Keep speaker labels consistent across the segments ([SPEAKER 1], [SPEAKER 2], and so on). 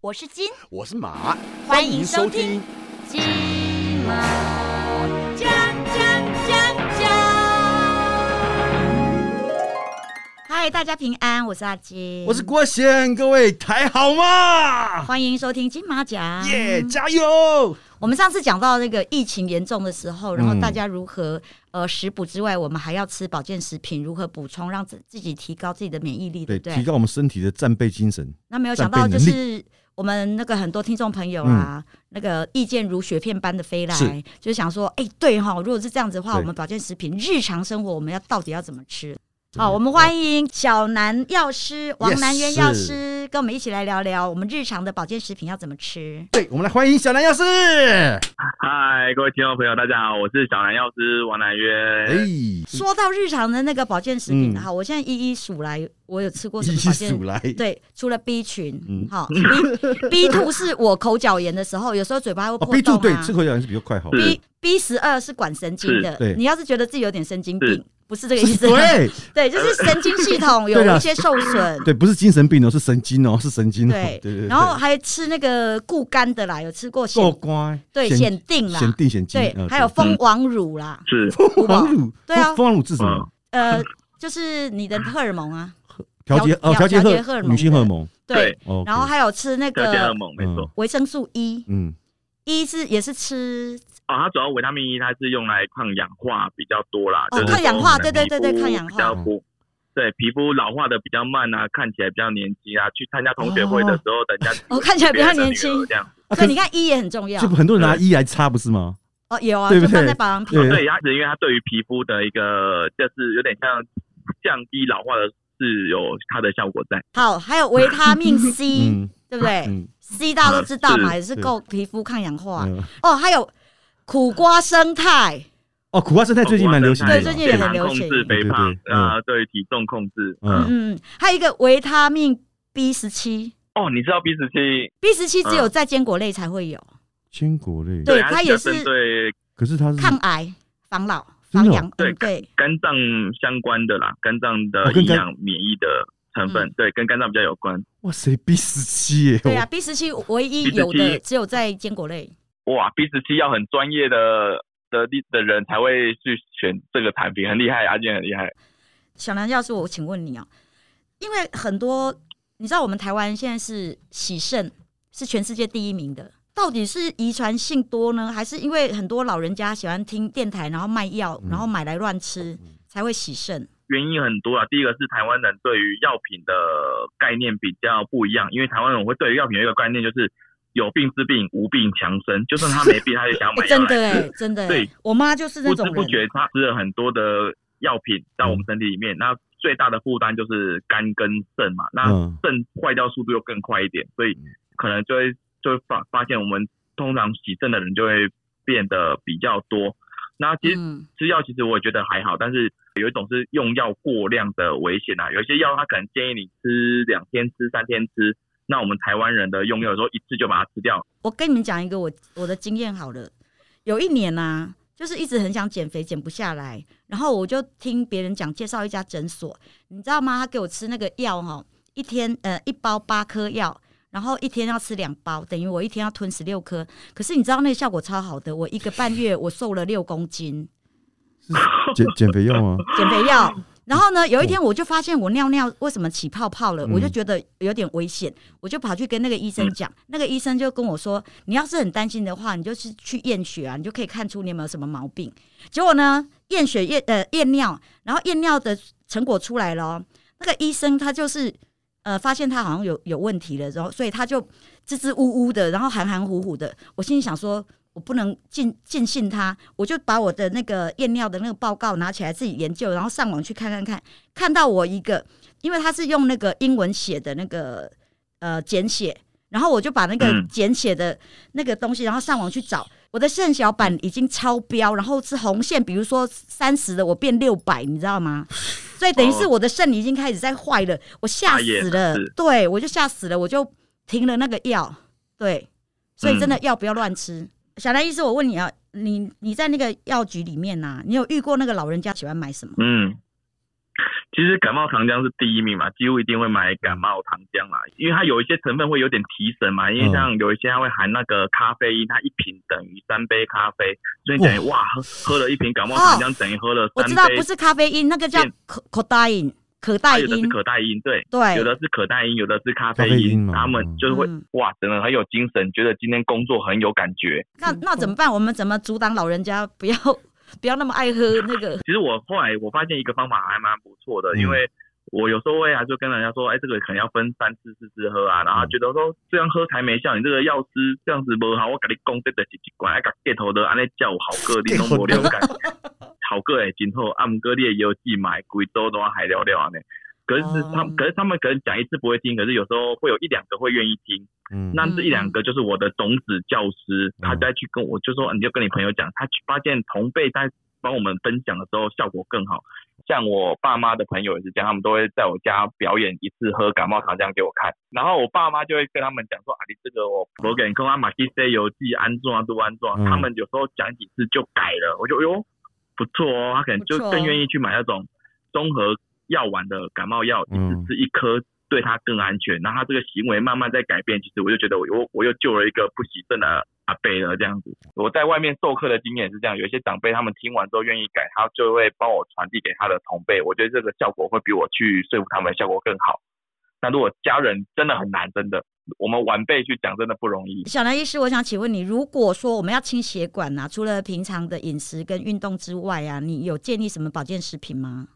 [SPEAKER 1] 我是金，
[SPEAKER 2] 我是马，
[SPEAKER 1] 欢迎收听。金马奖奖奖奖。嗨，大家平安，我是阿金，
[SPEAKER 2] 我是郭贤，各位台好吗？
[SPEAKER 1] 欢迎收听金马奖。
[SPEAKER 2] 耶、加油！
[SPEAKER 1] 我们上次讲到那个疫情严重的时候，然后
[SPEAKER 2] 嗯
[SPEAKER 1] 大家如何、呃食补之外，我们还要吃保健食品，如何补充，让自自己提高自己的免疫力，
[SPEAKER 2] 对，
[SPEAKER 1] 不对？
[SPEAKER 2] 提高我们身体的战备精神。
[SPEAKER 1] 那没有
[SPEAKER 2] 战
[SPEAKER 1] 想到，就
[SPEAKER 2] 备能力嗯
[SPEAKER 1] 是我们那个很多听众朋友啊，那个意见如雪片般的飞来
[SPEAKER 2] 是，
[SPEAKER 1] 就是想说，哎、对哈，如果是这样子的话，
[SPEAKER 2] 对
[SPEAKER 1] 我们保健食品日常生活我们要到底要怎么吃？好，我们欢迎小南药师王南渊
[SPEAKER 2] Yes
[SPEAKER 1] 药师跟我们一起来聊聊我们日常的保健食品要怎么吃。
[SPEAKER 2] 对，我们来欢迎小南药师。
[SPEAKER 3] 嗨，各位听众朋友，大家好，我是小南药师王南约。
[SPEAKER 2] 哎，
[SPEAKER 1] 说到日常的那个保健食品，
[SPEAKER 2] 嗯
[SPEAKER 1] 好，我现在一一数来，我有吃过什
[SPEAKER 2] 一
[SPEAKER 1] 么保健
[SPEAKER 2] 数来，
[SPEAKER 1] 对，除了 B 群
[SPEAKER 2] 嗯，
[SPEAKER 1] 好、b B two 是我口角炎的时候，有时候嘴巴会
[SPEAKER 2] 哦
[SPEAKER 1] 破
[SPEAKER 2] ，B
[SPEAKER 1] 洞
[SPEAKER 2] two
[SPEAKER 1] 啊。
[SPEAKER 2] 对，吃口角也是比较快好。
[SPEAKER 3] 是
[SPEAKER 1] B B 十二是管神经的
[SPEAKER 2] 是对，
[SPEAKER 1] 你要是觉得自己有点神经病
[SPEAKER 3] 是，
[SPEAKER 1] 不是这个意思，
[SPEAKER 2] 对
[SPEAKER 1] 对，就是神经系统有
[SPEAKER 2] 对啦啊
[SPEAKER 1] 一些受损。
[SPEAKER 2] 对，不是精神病哦，是神经哦，是神经哦。对对对。
[SPEAKER 1] 然后还吃那个固肝的啦，有吃过
[SPEAKER 2] 够
[SPEAKER 1] 显
[SPEAKER 2] 乖，
[SPEAKER 1] 对
[SPEAKER 2] 显
[SPEAKER 1] 显定啦，
[SPEAKER 2] 显定显精，
[SPEAKER 1] 对
[SPEAKER 2] 嗯，
[SPEAKER 1] 还有蜂王乳啦，
[SPEAKER 3] 是
[SPEAKER 2] 蜂王乳，
[SPEAKER 1] 对啊
[SPEAKER 2] 蜂王乳是什么？
[SPEAKER 1] 呃，就是你的荷尔蒙啊，
[SPEAKER 2] 调节
[SPEAKER 1] 调
[SPEAKER 2] 哦，调节
[SPEAKER 1] 调节荷尔蒙
[SPEAKER 2] 女性荷尔蒙。
[SPEAKER 1] 对
[SPEAKER 3] 对，
[SPEAKER 2] 哦，
[SPEAKER 1] 然后还有吃那
[SPEAKER 3] 调节荷
[SPEAKER 1] 个
[SPEAKER 3] 尔蒙，没错。
[SPEAKER 1] 维生素 E，
[SPEAKER 2] 嗯，
[SPEAKER 1] E 是也是吃
[SPEAKER 3] 哦，它主要维他命 E，它是用来抗氧化比较多啦。
[SPEAKER 1] 哦
[SPEAKER 3] 就是
[SPEAKER 1] 抗氧化
[SPEAKER 3] 说我们的
[SPEAKER 1] 对对对对
[SPEAKER 3] 皮肤
[SPEAKER 1] 抗氧化
[SPEAKER 3] 比较不对，皮肤老化的比较慢啊，看起来比较年轻啊。去参加同学会的时候，人家
[SPEAKER 1] 哦看起来比较年轻
[SPEAKER 3] 别人的女儿这样。
[SPEAKER 1] 所
[SPEAKER 2] 啊可
[SPEAKER 1] 以你
[SPEAKER 2] 是
[SPEAKER 1] 看 E 也很重要
[SPEAKER 2] 就很多人拿 E 一来擦，不是吗？
[SPEAKER 1] 哦，有啊，
[SPEAKER 2] 对
[SPEAKER 1] 就
[SPEAKER 2] 不
[SPEAKER 1] 放
[SPEAKER 2] 对
[SPEAKER 1] 在保养品
[SPEAKER 2] 对
[SPEAKER 3] 对，它是因为它对于皮肤的一个，就是有点像降低老化的是有它的效果在。
[SPEAKER 1] 好，还有维他命 C，
[SPEAKER 2] 嗯
[SPEAKER 1] 对不对
[SPEAKER 2] 嗯
[SPEAKER 1] ？C 大家都知道嘛，
[SPEAKER 3] 是
[SPEAKER 1] 也是够皮肤抗氧化
[SPEAKER 2] 嗯
[SPEAKER 1] 哦。还有苦瓜生态，
[SPEAKER 2] 哦，苦瓜生态最近蛮流行的啦，
[SPEAKER 1] 对最近也很流行
[SPEAKER 3] 健康控制肥
[SPEAKER 2] 对
[SPEAKER 3] 胖
[SPEAKER 2] 对对嗯
[SPEAKER 3] 啊，对体重控制。
[SPEAKER 2] 嗯，
[SPEAKER 1] 嗯嗯，还有一个维他命 B 十七
[SPEAKER 3] 哦，你知道 B 十七？
[SPEAKER 1] ，B 十七只有在坚果类才会有，
[SPEAKER 2] 坚果类，
[SPEAKER 1] 对它
[SPEAKER 3] 它比
[SPEAKER 1] 也
[SPEAKER 3] 较
[SPEAKER 1] 是
[SPEAKER 3] 针对
[SPEAKER 2] 可是它是
[SPEAKER 1] 抗癌、防老、
[SPEAKER 2] 嗯真
[SPEAKER 1] 防
[SPEAKER 2] 的哦
[SPEAKER 1] 氧，
[SPEAKER 3] 对
[SPEAKER 1] 嗯对，
[SPEAKER 3] 肝脏相关的啦，肝脏
[SPEAKER 2] 哦
[SPEAKER 3] 的
[SPEAKER 2] 跟
[SPEAKER 3] 营
[SPEAKER 2] 肝
[SPEAKER 3] 养免疫的成
[SPEAKER 1] 嗯
[SPEAKER 3] 分，对，跟肝脏比较有关。
[SPEAKER 2] 哇塞 B 十七耶，哦
[SPEAKER 1] 对啊，B 十七唯一有的只有在坚果类。
[SPEAKER 3] 哇，B 十七要很专业的的的的人才会去选这个产品，很厉害，阿健很厉害。
[SPEAKER 1] 小南教授，我请问你哦，因为很多你知道我们台湾现在是喜肾是全世界第一名的，到底是遗传性多呢，还是因为很多老人家喜欢听电台，然后卖药，
[SPEAKER 3] 嗯
[SPEAKER 1] 然后买来乱吃才会喜肾？
[SPEAKER 3] 原因很多啊，第一个是台湾人对于药品的概念比较不一样，因为台湾人会对于药品有一个概念就是有病治病，无病强身，就算他没病，他也想要
[SPEAKER 1] 哎、
[SPEAKER 3] 买 药
[SPEAKER 1] 真
[SPEAKER 3] 来
[SPEAKER 1] 的哎、
[SPEAKER 3] 吃。
[SPEAKER 1] 真的哎、
[SPEAKER 3] 对
[SPEAKER 1] 我妈就是那
[SPEAKER 3] 不
[SPEAKER 1] 种
[SPEAKER 3] 知
[SPEAKER 1] 人，
[SPEAKER 3] 不觉他吃了很多的药品到我们身体里面，
[SPEAKER 1] 嗯
[SPEAKER 3] 那最大的负担就是肝跟肾嘛，那
[SPEAKER 2] 嗯
[SPEAKER 3] 肾坏掉速度又更快一点，所以
[SPEAKER 1] 嗯
[SPEAKER 3] 可能就会就会发发现我们通常洗肾的人就会变得比较多。那其实
[SPEAKER 1] 嗯，
[SPEAKER 3] 吃药其实我也觉得还好，但是有一种是用药过量的危险啊，有些药它可能建议你吃两天吃三天吃，那我们台湾人的用药有时候一次就把它吃掉，
[SPEAKER 1] 我跟你们讲一个我我的经验好了，有一年啊，就是一直很想减肥，减不下来，然后我就听别人讲介绍一家诊所，你知道吗？他给我吃那个药哈，一天呃一包八颗药，然后一天要吃两包，等于我一天要吞十六颗。可是你知道那个效果超好的，我一个半月我瘦了六公斤，
[SPEAKER 2] 减减肥药 吗？
[SPEAKER 1] 减肥药。然后呢，有一天我就发现我尿尿为什么起泡泡了，我就觉得有点危险，我就跑去跟那个医生讲，那个医生就跟我说，你要是很担心的话，你就是去验血啊，你就可以看出你有没有什么毛病。结果呢，验血验呃验尿，然后验尿的成果出来了哦、那个医生他就是呃发现他好像有有问题了，然后所以他就支支吾吾的，然后含含糊糊的。我心里想说，我不能尽尽信他，我就把我的那个验尿的那个报告拿起来自己研究，然后上网去看看看，看到我一个，因为他是用那个英文写的那个呃简写。然后我就把那个
[SPEAKER 3] 嗯
[SPEAKER 1] 简写的那个东西，然后上网去找，我的肾小板已经超标，然后是红线，比如说三十的我变六百，你知道吗？所以等于是我的肾已经开始在坏了，我吓
[SPEAKER 3] 发炎
[SPEAKER 1] 死了
[SPEAKER 3] 是，
[SPEAKER 1] 对我就吓死了，我就停了那个药，对，所以真
[SPEAKER 3] 嗯
[SPEAKER 1] 的药不要乱吃。小兰医师，我问你啊，啊你你在那个药局里面呐、你有遇过那个老人家喜欢买什么？
[SPEAKER 3] 嗯，其实感冒糖浆是第一名嘛，几乎一定会买感冒糖浆啦，因为它有一些成分会有点提神嘛，因为像有一些它会含那个咖啡因，它一瓶等于三杯咖啡，所以等于哇喝喝了一瓶感冒糖浆等于喝了
[SPEAKER 1] 哦我
[SPEAKER 3] 三
[SPEAKER 1] 知道
[SPEAKER 3] 杯，
[SPEAKER 1] 不是咖啡因，那个叫
[SPEAKER 3] 变
[SPEAKER 1] 可可待因，可待
[SPEAKER 3] 啊它有的是
[SPEAKER 1] 因，
[SPEAKER 3] 可待因，对，有
[SPEAKER 1] 对，
[SPEAKER 3] 的是可待因，有的是咖
[SPEAKER 2] 咖
[SPEAKER 3] 啡
[SPEAKER 2] 啡因
[SPEAKER 3] 因，
[SPEAKER 2] 嘛
[SPEAKER 3] 他们就是会、
[SPEAKER 1] 嗯
[SPEAKER 3] 哇，真的很有精神，觉得今天工作很有感觉。
[SPEAKER 1] 那那怎么办？我们怎么阻挡老人家不要不要那么爱喝那个？
[SPEAKER 3] 其实我后来我发现一个方法还蛮不错的，
[SPEAKER 2] 嗯
[SPEAKER 3] 因为我有时候会还是跟人家说，哎、这个可能要分三次四次喝啊，然后觉得说这样喝才没效，你这个药师这样子不好，我跟你讲这个是一罐，哎，给头的安尼叫好个，你拢无了解，好个诶，今后啊，毋过你的药剂买贵州都还了了安尼。可是他们，
[SPEAKER 1] 哦
[SPEAKER 3] 可是他们可能讲一次不会听，可是有时候会有一两个会愿意听。
[SPEAKER 2] 嗯，
[SPEAKER 3] 那这一两个就是我的种子教师，他再去跟我就说，嗯你就跟你朋友讲，他去发现同辈在帮我们分享的时候效果更好。像我爸妈的朋友也是这样，他们都会在我家表演一次喝感冒糖浆给我看，然后我爸妈就会跟他们讲说啊，你这个我我给你看啊，马基塞游记安装啊，都安装
[SPEAKER 2] 嗯，
[SPEAKER 3] 他们有时候讲几次就改了，我就哟不错哦，他可能就
[SPEAKER 1] 不错哦
[SPEAKER 3] 更愿意去买那种综合药丸的感冒药，一
[SPEAKER 2] 嗯
[SPEAKER 3] 次吃一颗对他更安全。那他这个行为慢慢在改变，其实我就觉得我我我又救了一个不喜症的阿贝了这样子。我在外面授课的经验也是这样，有一些长辈他们听完之后愿意改，他就会帮我传递给他的同辈，我觉得这个效果会比我去说服他们的效果更好。那如果家人真的很难，真的，我们晚辈去讲真的不容易。
[SPEAKER 1] 小南医师，我想请问你，如果说我们要清血管啊，除了平常的饮食跟运动之外啊，你有建议什么保健食品吗？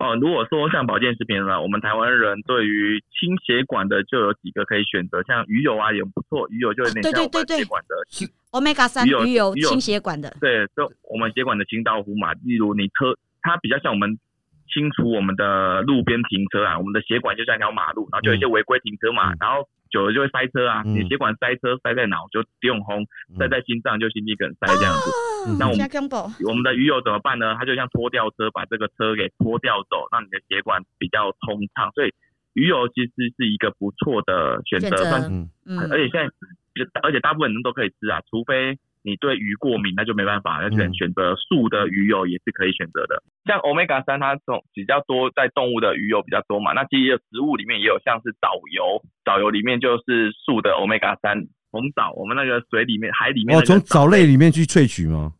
[SPEAKER 3] 哦，如果说像保健食品呢，我们台湾人对于清血管的就有几个可以选择，像鱼油啊也不错，鱼油就有点
[SPEAKER 1] 对
[SPEAKER 3] 像
[SPEAKER 1] 对
[SPEAKER 3] 我们
[SPEAKER 1] 对对
[SPEAKER 3] 血管的，
[SPEAKER 1] omega 三
[SPEAKER 3] 鱼油
[SPEAKER 1] 鱼油
[SPEAKER 3] 鱼油
[SPEAKER 1] 清血管的，
[SPEAKER 3] 对，就我们血管的清道夫嘛。例如你车，它比较像我们清除我们的路边停车啊，我们的血管就像一条马路，然后就有一些违规停车嘛，
[SPEAKER 2] 嗯
[SPEAKER 3] 然后久了就会塞车啊，
[SPEAKER 2] 嗯
[SPEAKER 3] 你血管塞车塞在脑就用轰，塞在心脏就心肌梗塞这样子。
[SPEAKER 2] 嗯
[SPEAKER 3] 那我们
[SPEAKER 1] 加 combo
[SPEAKER 3] 我们的鱼友怎么办呢？它就像拖吊车，把这个车给拖掉走，让你的血管比较通畅。所以鱼油其实是一个不错的选择，
[SPEAKER 1] 选择
[SPEAKER 3] 算是
[SPEAKER 2] 嗯
[SPEAKER 1] 嗯，
[SPEAKER 3] 而且现在而且大部分人都可以吃啊，除非你对鱼过敏，那就没办法，那只能
[SPEAKER 2] 嗯
[SPEAKER 3] 选择素的鱼油也是可以选择的。像 omega 三，它从比较多在动物的鱼油比较多嘛，那其实也有植物里面也有像是藻油，藻油里面就是素的 omega 三。红藻，我们那个水里面、海里面
[SPEAKER 2] 哦，
[SPEAKER 3] 那个
[SPEAKER 2] 从
[SPEAKER 3] 藻，
[SPEAKER 2] 藻类里面去萃取吗？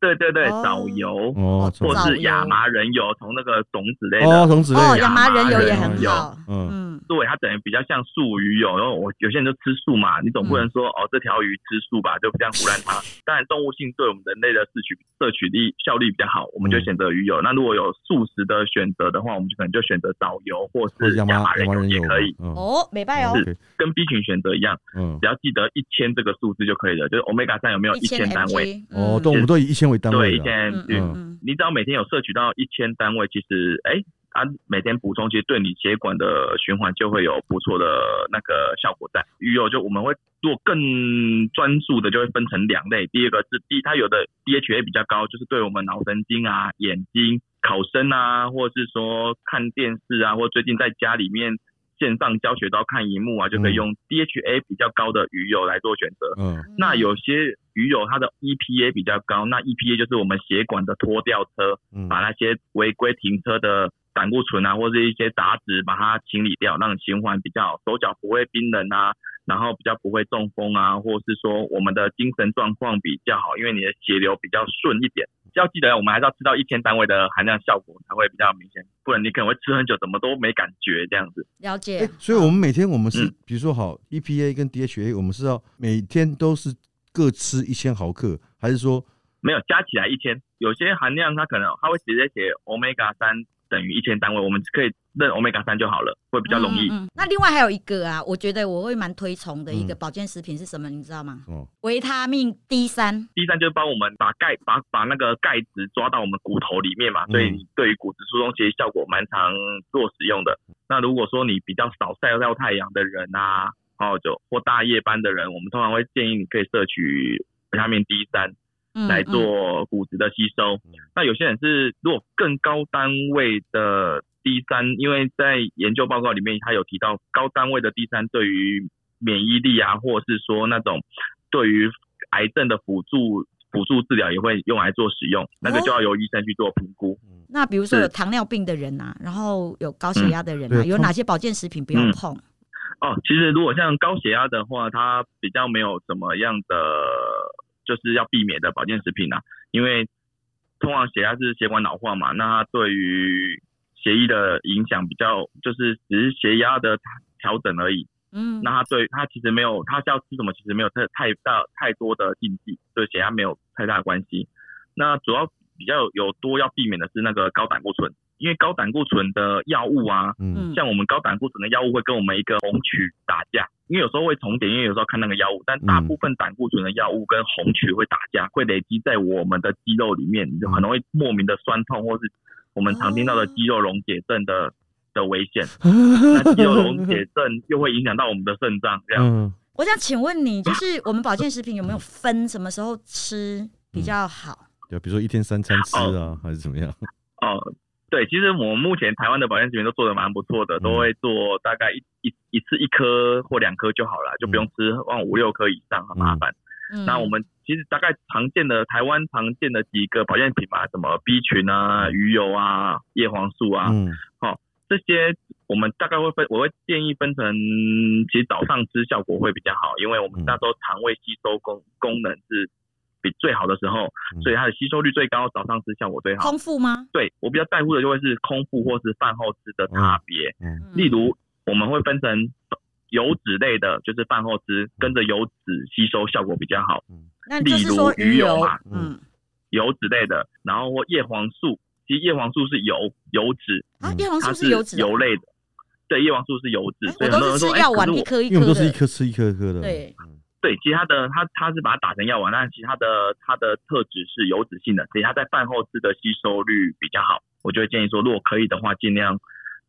[SPEAKER 3] 对对对，
[SPEAKER 1] 哦
[SPEAKER 3] 藻油，
[SPEAKER 2] 哦，
[SPEAKER 1] 哦
[SPEAKER 3] 或
[SPEAKER 2] 藻
[SPEAKER 3] 是
[SPEAKER 1] 油
[SPEAKER 3] 亚麻仁油，从那个种子类的，
[SPEAKER 2] 哦，种子类
[SPEAKER 1] 哦，
[SPEAKER 2] 的，
[SPEAKER 1] 亚麻仁油也很
[SPEAKER 3] 亚
[SPEAKER 1] 好
[SPEAKER 3] 麻，
[SPEAKER 2] 嗯，
[SPEAKER 1] 嗯，
[SPEAKER 3] 对，它等于比较像素鱼油，然后我有些人就吃素嘛，你总不能说、哦这条鱼吃素吧，就不这样胡乱它。当然，动物性对我们人类的摄取摄取力效率比较好，我们就
[SPEAKER 2] 嗯
[SPEAKER 3] 选择鱼油。那如果有素食的选择的话，我们就可能就选择藻油或
[SPEAKER 2] 或
[SPEAKER 3] 是
[SPEAKER 2] 者亚
[SPEAKER 3] 亚麻
[SPEAKER 2] 麻
[SPEAKER 3] 仁
[SPEAKER 2] 麻
[SPEAKER 3] 油
[SPEAKER 2] 仁
[SPEAKER 3] 也
[SPEAKER 2] 油
[SPEAKER 3] 可以，，
[SPEAKER 2] 嗯，
[SPEAKER 1] 哦，美拜哦，
[SPEAKER 2] OK，
[SPEAKER 3] 跟 B 群选择一样，
[SPEAKER 2] 嗯，
[SPEAKER 3] 只要记得一千这个数字就可以了，就是 omega 三有没有一千单位？
[SPEAKER 1] mg，
[SPEAKER 2] 哦，
[SPEAKER 1] 嗯
[SPEAKER 2] 都我们都以一千为单
[SPEAKER 3] 对，
[SPEAKER 2] 位
[SPEAKER 3] 一
[SPEAKER 2] 的，
[SPEAKER 1] 嗯
[SPEAKER 3] 千嗯
[SPEAKER 1] 嗯嗯
[SPEAKER 3] 你只要每天有摄取到一千单位，其实哎、啊，每天补充，其实对你血管的循环就会有不错的那个效果在。鱼油就我们会做更专注的，就会分成两类。第一个是第它有的 DHA 比较高，就是对我们脑神经啊、眼睛、考生啊，或是说看电视啊，或最近在家里面线上教学都要看荧幕啊，就可以
[SPEAKER 2] 嗯
[SPEAKER 3] 用 DHA 比较高的鱼油来做选择。
[SPEAKER 2] 嗯，
[SPEAKER 3] 那有些鱼油它的 EPA 比较高，那 EPA 就是我们血管的脱掉车，
[SPEAKER 2] 嗯，
[SPEAKER 3] 把那些违规停车的胆固醇啊，或者一些杂质把它清理掉，让循环比较好，手脚不会冰冷啊，然后比较不会中风啊，或是说我们的精神状况比较好，因为你的血流比较顺一点。要记得，我们还是要吃到一千单位的含量效果才会比较明显，不然你可能会吃很久，怎么都没感觉这样子。
[SPEAKER 1] 了解
[SPEAKER 2] 哎，所以我们每天我们是
[SPEAKER 3] 嗯，
[SPEAKER 2] 比如说好 EPA 跟 DHA，我们是要每天都是各吃一千毫克，还是说
[SPEAKER 3] 没有加起来一千，有些含量它可能它会直接写 omega 三等于一千单位，我们可以认 omega 三就好了，会比较容易。
[SPEAKER 1] 嗯嗯嗯那另外还有一个啊，我觉得我会蛮推崇的一个
[SPEAKER 2] 嗯
[SPEAKER 1] 保健食品是什么，你知道吗？
[SPEAKER 2] 哦，
[SPEAKER 1] 维他命 D 三，
[SPEAKER 3] 第三就是帮我们把钙把把那个钙质抓到我们骨头里面嘛，
[SPEAKER 2] 嗯
[SPEAKER 3] 所以对于骨质疏松其实效果蛮常做使用的。那如果说你比较少晒到太阳的人啊，哦就或大夜班的人，我们通常会建议你可以摄取维他命 D 三，
[SPEAKER 1] 嗯
[SPEAKER 3] 来，做骨质的吸收。
[SPEAKER 2] 嗯
[SPEAKER 3] 那有些人是如果更高单位的 D 三，因为在研究报告里面他有提到高单位的 D 三对于免疫力啊，或者是说那种对于癌症的辅助辅助治疗也会用来做使用，那个就要由医生去做评估。
[SPEAKER 2] 嗯
[SPEAKER 1] 那比如说
[SPEAKER 3] 是
[SPEAKER 1] 有糖尿病的人啊，然后有高血压的人啊，
[SPEAKER 2] 对
[SPEAKER 1] 有哪些保健食品不要
[SPEAKER 3] 嗯
[SPEAKER 1] 碰？
[SPEAKER 3] 哦，其实如果像高血压的话，它比较没有什么样的就是要避免的保健食品啊，因为通常血压是血管老化嘛，那它对于血液的影响比较就是只是血压的调整而已，
[SPEAKER 1] 嗯
[SPEAKER 3] 那它对它其实没有，它是要吃什么其实没有太太大太多的禁忌，对血压没有太大的关系。那主要比较有有多要避免的是那个高胆固醇，因为高胆固醇的药物啊，
[SPEAKER 2] 嗯，
[SPEAKER 1] 嗯
[SPEAKER 3] 像我们高胆固醇的药物会跟我们一个红曲打架，因为有时候会重叠，因为有时候看那个药物，但大部分胆固醇的药物跟红曲会打架，会累积在我们的肌肉里面，你就很容易莫名的酸痛，或是我们常听到的肌肉溶解症的的危险。那肌肉溶解症又会影响到我们的肾脏，这样。
[SPEAKER 2] 嗯，
[SPEAKER 1] 我想请问你，就是我们保健食品
[SPEAKER 3] 嗯
[SPEAKER 1] 有没有分什么时候吃比较好？
[SPEAKER 2] 对，比如说一天三餐吃啊，还是怎么样？
[SPEAKER 3] 哦，对，其实我们目前台湾的保健食品都做的蛮不错的，
[SPEAKER 2] 嗯
[SPEAKER 3] 都会做大概一一一次一颗或两颗就好了，就不用吃往五六颗以上，很麻烦。
[SPEAKER 1] 嗯，
[SPEAKER 3] 那我们其实大概常见的台湾常见的几个保健品嘛，什么 B 群啊、鱼油啊、叶黄素啊，
[SPEAKER 2] 嗯
[SPEAKER 3] 这些我们大概会分，我会建议分成，其实早上吃效果会比较好，因为我们
[SPEAKER 2] 嗯
[SPEAKER 3] 那时候肠胃吸收功功能是比最好的时候，
[SPEAKER 2] 嗯
[SPEAKER 3] 所以它的吸收率最高，早上吃效果最好。
[SPEAKER 1] 空腹吗？
[SPEAKER 3] 对我比较在乎的就会是空腹或是饭后吃的差别，
[SPEAKER 2] 嗯
[SPEAKER 1] 嗯
[SPEAKER 3] 例如我们会分成油脂类的，就是饭后吃，跟着油脂吸收效果比较好。
[SPEAKER 1] 那就是说
[SPEAKER 3] 例如鱼油
[SPEAKER 1] 油
[SPEAKER 3] 嘛，
[SPEAKER 1] 嗯
[SPEAKER 3] 油脂类的，然后或叶黄素，其实叶黄素是油油脂，
[SPEAKER 1] 啊，
[SPEAKER 2] 嗯
[SPEAKER 1] 叶黄素
[SPEAKER 3] 它
[SPEAKER 1] 是油脂啊，
[SPEAKER 3] 油类的，对，叶黄素是油脂，
[SPEAKER 1] 哎我
[SPEAKER 3] 所以很多
[SPEAKER 1] 都
[SPEAKER 3] 人
[SPEAKER 1] 是
[SPEAKER 3] 说，
[SPEAKER 1] 吃
[SPEAKER 3] 哎，
[SPEAKER 1] 药
[SPEAKER 3] 可
[SPEAKER 1] 丸
[SPEAKER 3] 是
[SPEAKER 1] 一
[SPEAKER 3] 我
[SPEAKER 1] 颗一
[SPEAKER 2] 因为我
[SPEAKER 1] 颗
[SPEAKER 2] 们都是一
[SPEAKER 1] 的，
[SPEAKER 2] 颗吃一颗一颗的。
[SPEAKER 1] 对
[SPEAKER 2] 嗯，
[SPEAKER 3] 对，其实它的它它是把它打成药丸，但其实它的它的特质是油脂性的，所以它在饭后吃的吸收率比较好。我就会建议说，如果可以的话，尽量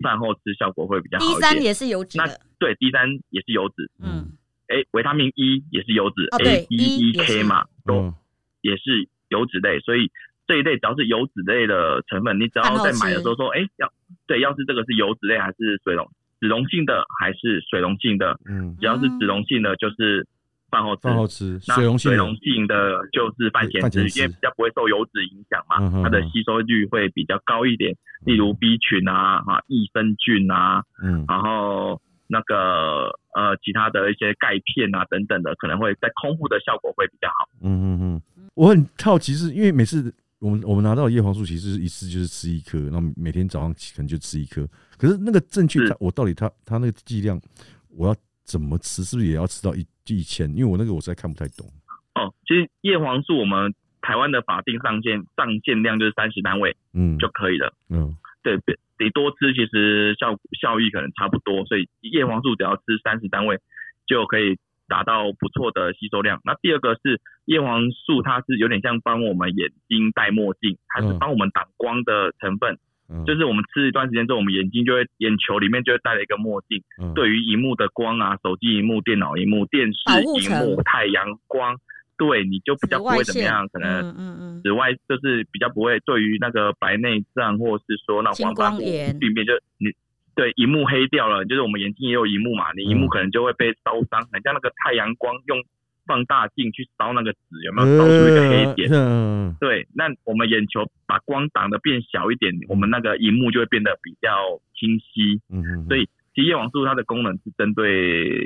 [SPEAKER 3] 饭后吃效果会比较好
[SPEAKER 1] 第
[SPEAKER 3] 一
[SPEAKER 1] 三
[SPEAKER 3] 点。
[SPEAKER 1] 也是油脂
[SPEAKER 3] 那
[SPEAKER 1] 的，
[SPEAKER 3] 对，第三也是油脂，
[SPEAKER 1] 嗯，
[SPEAKER 3] 哎，维他命 E 也是油脂
[SPEAKER 1] 哦对
[SPEAKER 3] ，A、
[SPEAKER 1] E
[SPEAKER 3] E、E、
[SPEAKER 1] 也是
[SPEAKER 3] K 嘛，都
[SPEAKER 2] 嗯
[SPEAKER 3] 也是油脂类，所以这一类只要是油脂类的成分，你只要在买的时候说，哎、要对，要是这个是油脂类还是水溶脂溶性的还是水溶性的，
[SPEAKER 2] 嗯，
[SPEAKER 3] 只要是脂溶性的就是饭后吃，
[SPEAKER 2] 饭后吃
[SPEAKER 3] 那
[SPEAKER 2] 水溶性
[SPEAKER 3] 水
[SPEAKER 2] 的
[SPEAKER 3] 溶性的就是饭前
[SPEAKER 2] 饭前吃
[SPEAKER 3] 吃，因为比较不会受油脂影响
[SPEAKER 2] 嗯哼
[SPEAKER 3] 嘛，它的
[SPEAKER 2] 哼
[SPEAKER 3] 吸收率会比较高一点。例如 B 群啊、啊益生菌啊，
[SPEAKER 2] 嗯
[SPEAKER 3] 然后那个呃其他的一些钙片啊等等的，可能会在空腹的效果会比较好。
[SPEAKER 2] 嗯嗯嗯，我很好奇是，因为每次我们我们拿到的叶黄素，其实是一次就是吃一颗，然后每天早上起可能就吃一颗。可是那个正确
[SPEAKER 3] 是，
[SPEAKER 2] 它我到底它它那个剂量，我要怎么吃？是不是也要吃到一一千？因为我那个我实在看不太懂。
[SPEAKER 3] 哦，其实叶黄素我们台湾的法定上限上限量就是三十单位
[SPEAKER 2] 嗯，
[SPEAKER 3] 就可以了。
[SPEAKER 2] 嗯
[SPEAKER 3] 对，对你多吃其实效效益可能差不多，所以叶黄素只要吃三十单位就可以达到不错的吸收量。那第二个是叶黄素，它是有点像帮我们眼睛戴墨镜，它是
[SPEAKER 2] 嗯
[SPEAKER 3] 帮我们挡光的成分。
[SPEAKER 2] 嗯，
[SPEAKER 3] 就是我们吃一段时间之后，我们眼睛就会眼球里面就会戴了一个墨镜，
[SPEAKER 2] 嗯
[SPEAKER 3] 对于荧幕的光啊，手机荧幕、电脑荧幕、电视
[SPEAKER 1] 保护
[SPEAKER 3] 荧
[SPEAKER 1] 层
[SPEAKER 3] 幕、太阳光，对你就比较
[SPEAKER 1] 紫
[SPEAKER 3] 不
[SPEAKER 1] 外
[SPEAKER 3] 会怎么
[SPEAKER 1] 线
[SPEAKER 3] 样，可能
[SPEAKER 1] 嗯嗯嗯，
[SPEAKER 3] 紫外就是比较不会对于那个白内障或是说那
[SPEAKER 1] 青
[SPEAKER 3] 黄斑
[SPEAKER 1] 光
[SPEAKER 3] 部
[SPEAKER 1] 眼
[SPEAKER 3] 病变，就你对荧幕黑掉了，就是我们眼睛也有荧幕嘛，你荧幕
[SPEAKER 2] 嗯
[SPEAKER 3] 可能就会被烧伤，很像那个太阳光用放大镜去烧那个纸，有没有烧出一个黑点？
[SPEAKER 2] 嗯
[SPEAKER 3] 对，那我们眼球把光挡的变小一点，我们那个荧幕就会变得比较清晰。
[SPEAKER 2] 嗯，
[SPEAKER 3] 所以其实叶黄素它的功能是针对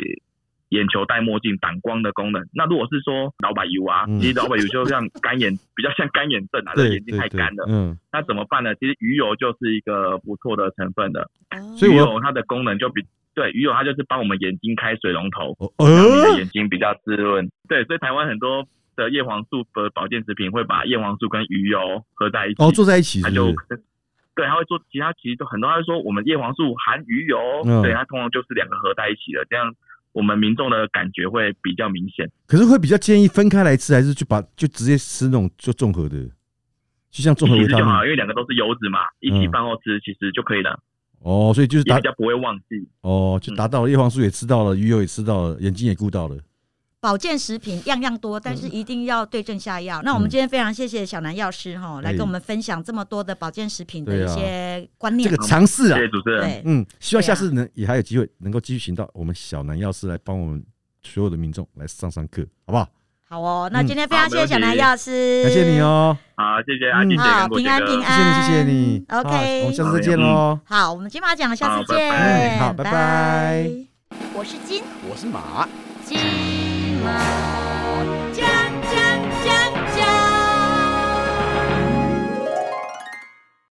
[SPEAKER 3] 眼球戴墨镜挡光的功能。那如果是说老百油啊，
[SPEAKER 2] 嗯
[SPEAKER 3] 其实老百油就像干眼，比较像干眼症啊，
[SPEAKER 2] 对
[SPEAKER 3] 眼睛太干了。
[SPEAKER 2] 嗯，
[SPEAKER 3] 那怎么办呢？其实鱼油就是一个不错的成分的，
[SPEAKER 1] 哦
[SPEAKER 2] 所以
[SPEAKER 3] 鱼
[SPEAKER 2] 我
[SPEAKER 3] 油它的功能就比对鱼油它就是帮我们眼睛开水龙头，
[SPEAKER 2] 哦
[SPEAKER 3] 让你的
[SPEAKER 2] 呃，
[SPEAKER 3] 眼睛比较滋润。对，所以台湾很多的叶黄素的保健食品会把叶黄素跟鱼油合在一起，
[SPEAKER 2] 哦，坐在一起
[SPEAKER 3] 它
[SPEAKER 2] 是
[SPEAKER 3] 就
[SPEAKER 2] 不是？
[SPEAKER 3] 对，他会做其他，其实都很多，他会说我们叶黄素含鱼油，
[SPEAKER 2] 嗯
[SPEAKER 3] 对，它通常就是两个合在一起的，这样我们民众的感觉会比较明显。
[SPEAKER 2] 可是会比较建议分开来吃，还是就把就直接吃那种就综合的，就像综合嗯
[SPEAKER 3] 其
[SPEAKER 2] 维
[SPEAKER 3] 实
[SPEAKER 2] 他
[SPEAKER 3] 就好，
[SPEAKER 2] 命
[SPEAKER 3] 因为两个都是油脂嘛，一起饭后吃其实就可以了，
[SPEAKER 2] 哦，所以就是
[SPEAKER 3] 也
[SPEAKER 2] 达
[SPEAKER 3] 比较不会忘记。
[SPEAKER 2] 哦，就达到了叶黄素也吃到了，鱼油也吃到了，眼睛也顾到了。
[SPEAKER 1] 保健食品样样多，但
[SPEAKER 3] 嗯
[SPEAKER 1] 是一定要对症下药。那我们今天非常谢谢小南药师哈，来
[SPEAKER 2] 哎
[SPEAKER 1] 跟我们分享这么多的保健食品的
[SPEAKER 2] 对
[SPEAKER 1] 一
[SPEAKER 2] 啊
[SPEAKER 1] 些观念
[SPEAKER 3] 嗯
[SPEAKER 2] 这个。尝试啊
[SPEAKER 3] 谢，谢主持人。
[SPEAKER 1] 对，
[SPEAKER 2] 嗯，希望
[SPEAKER 1] 对啊
[SPEAKER 2] 下次能也还有机会能够继续请到我们小南药师来帮我们所有的民众来上上课，好不好？
[SPEAKER 1] 好好哦，那今天非常
[SPEAKER 3] 好
[SPEAKER 1] 谢谢小
[SPEAKER 3] 没问
[SPEAKER 1] 南
[SPEAKER 3] 题
[SPEAKER 1] 药师，
[SPEAKER 2] 嗯感谢你，哦，
[SPEAKER 3] 好，谢谢阿
[SPEAKER 2] 嗯
[SPEAKER 3] 静姐
[SPEAKER 1] 好
[SPEAKER 3] 跟郭
[SPEAKER 1] 平
[SPEAKER 3] 姐
[SPEAKER 1] 安
[SPEAKER 3] 哥，
[SPEAKER 1] 平
[SPEAKER 2] 谢谢你，谢谢你
[SPEAKER 1] 嗯，OK
[SPEAKER 2] 好我们下次再见喽，
[SPEAKER 1] 好，我们金马奖下
[SPEAKER 3] 好
[SPEAKER 1] 次
[SPEAKER 3] 拜
[SPEAKER 1] 见，
[SPEAKER 3] 拜
[SPEAKER 2] 嗯好拜拜。
[SPEAKER 1] 我是金
[SPEAKER 4] 我是马。
[SPEAKER 1] 金马。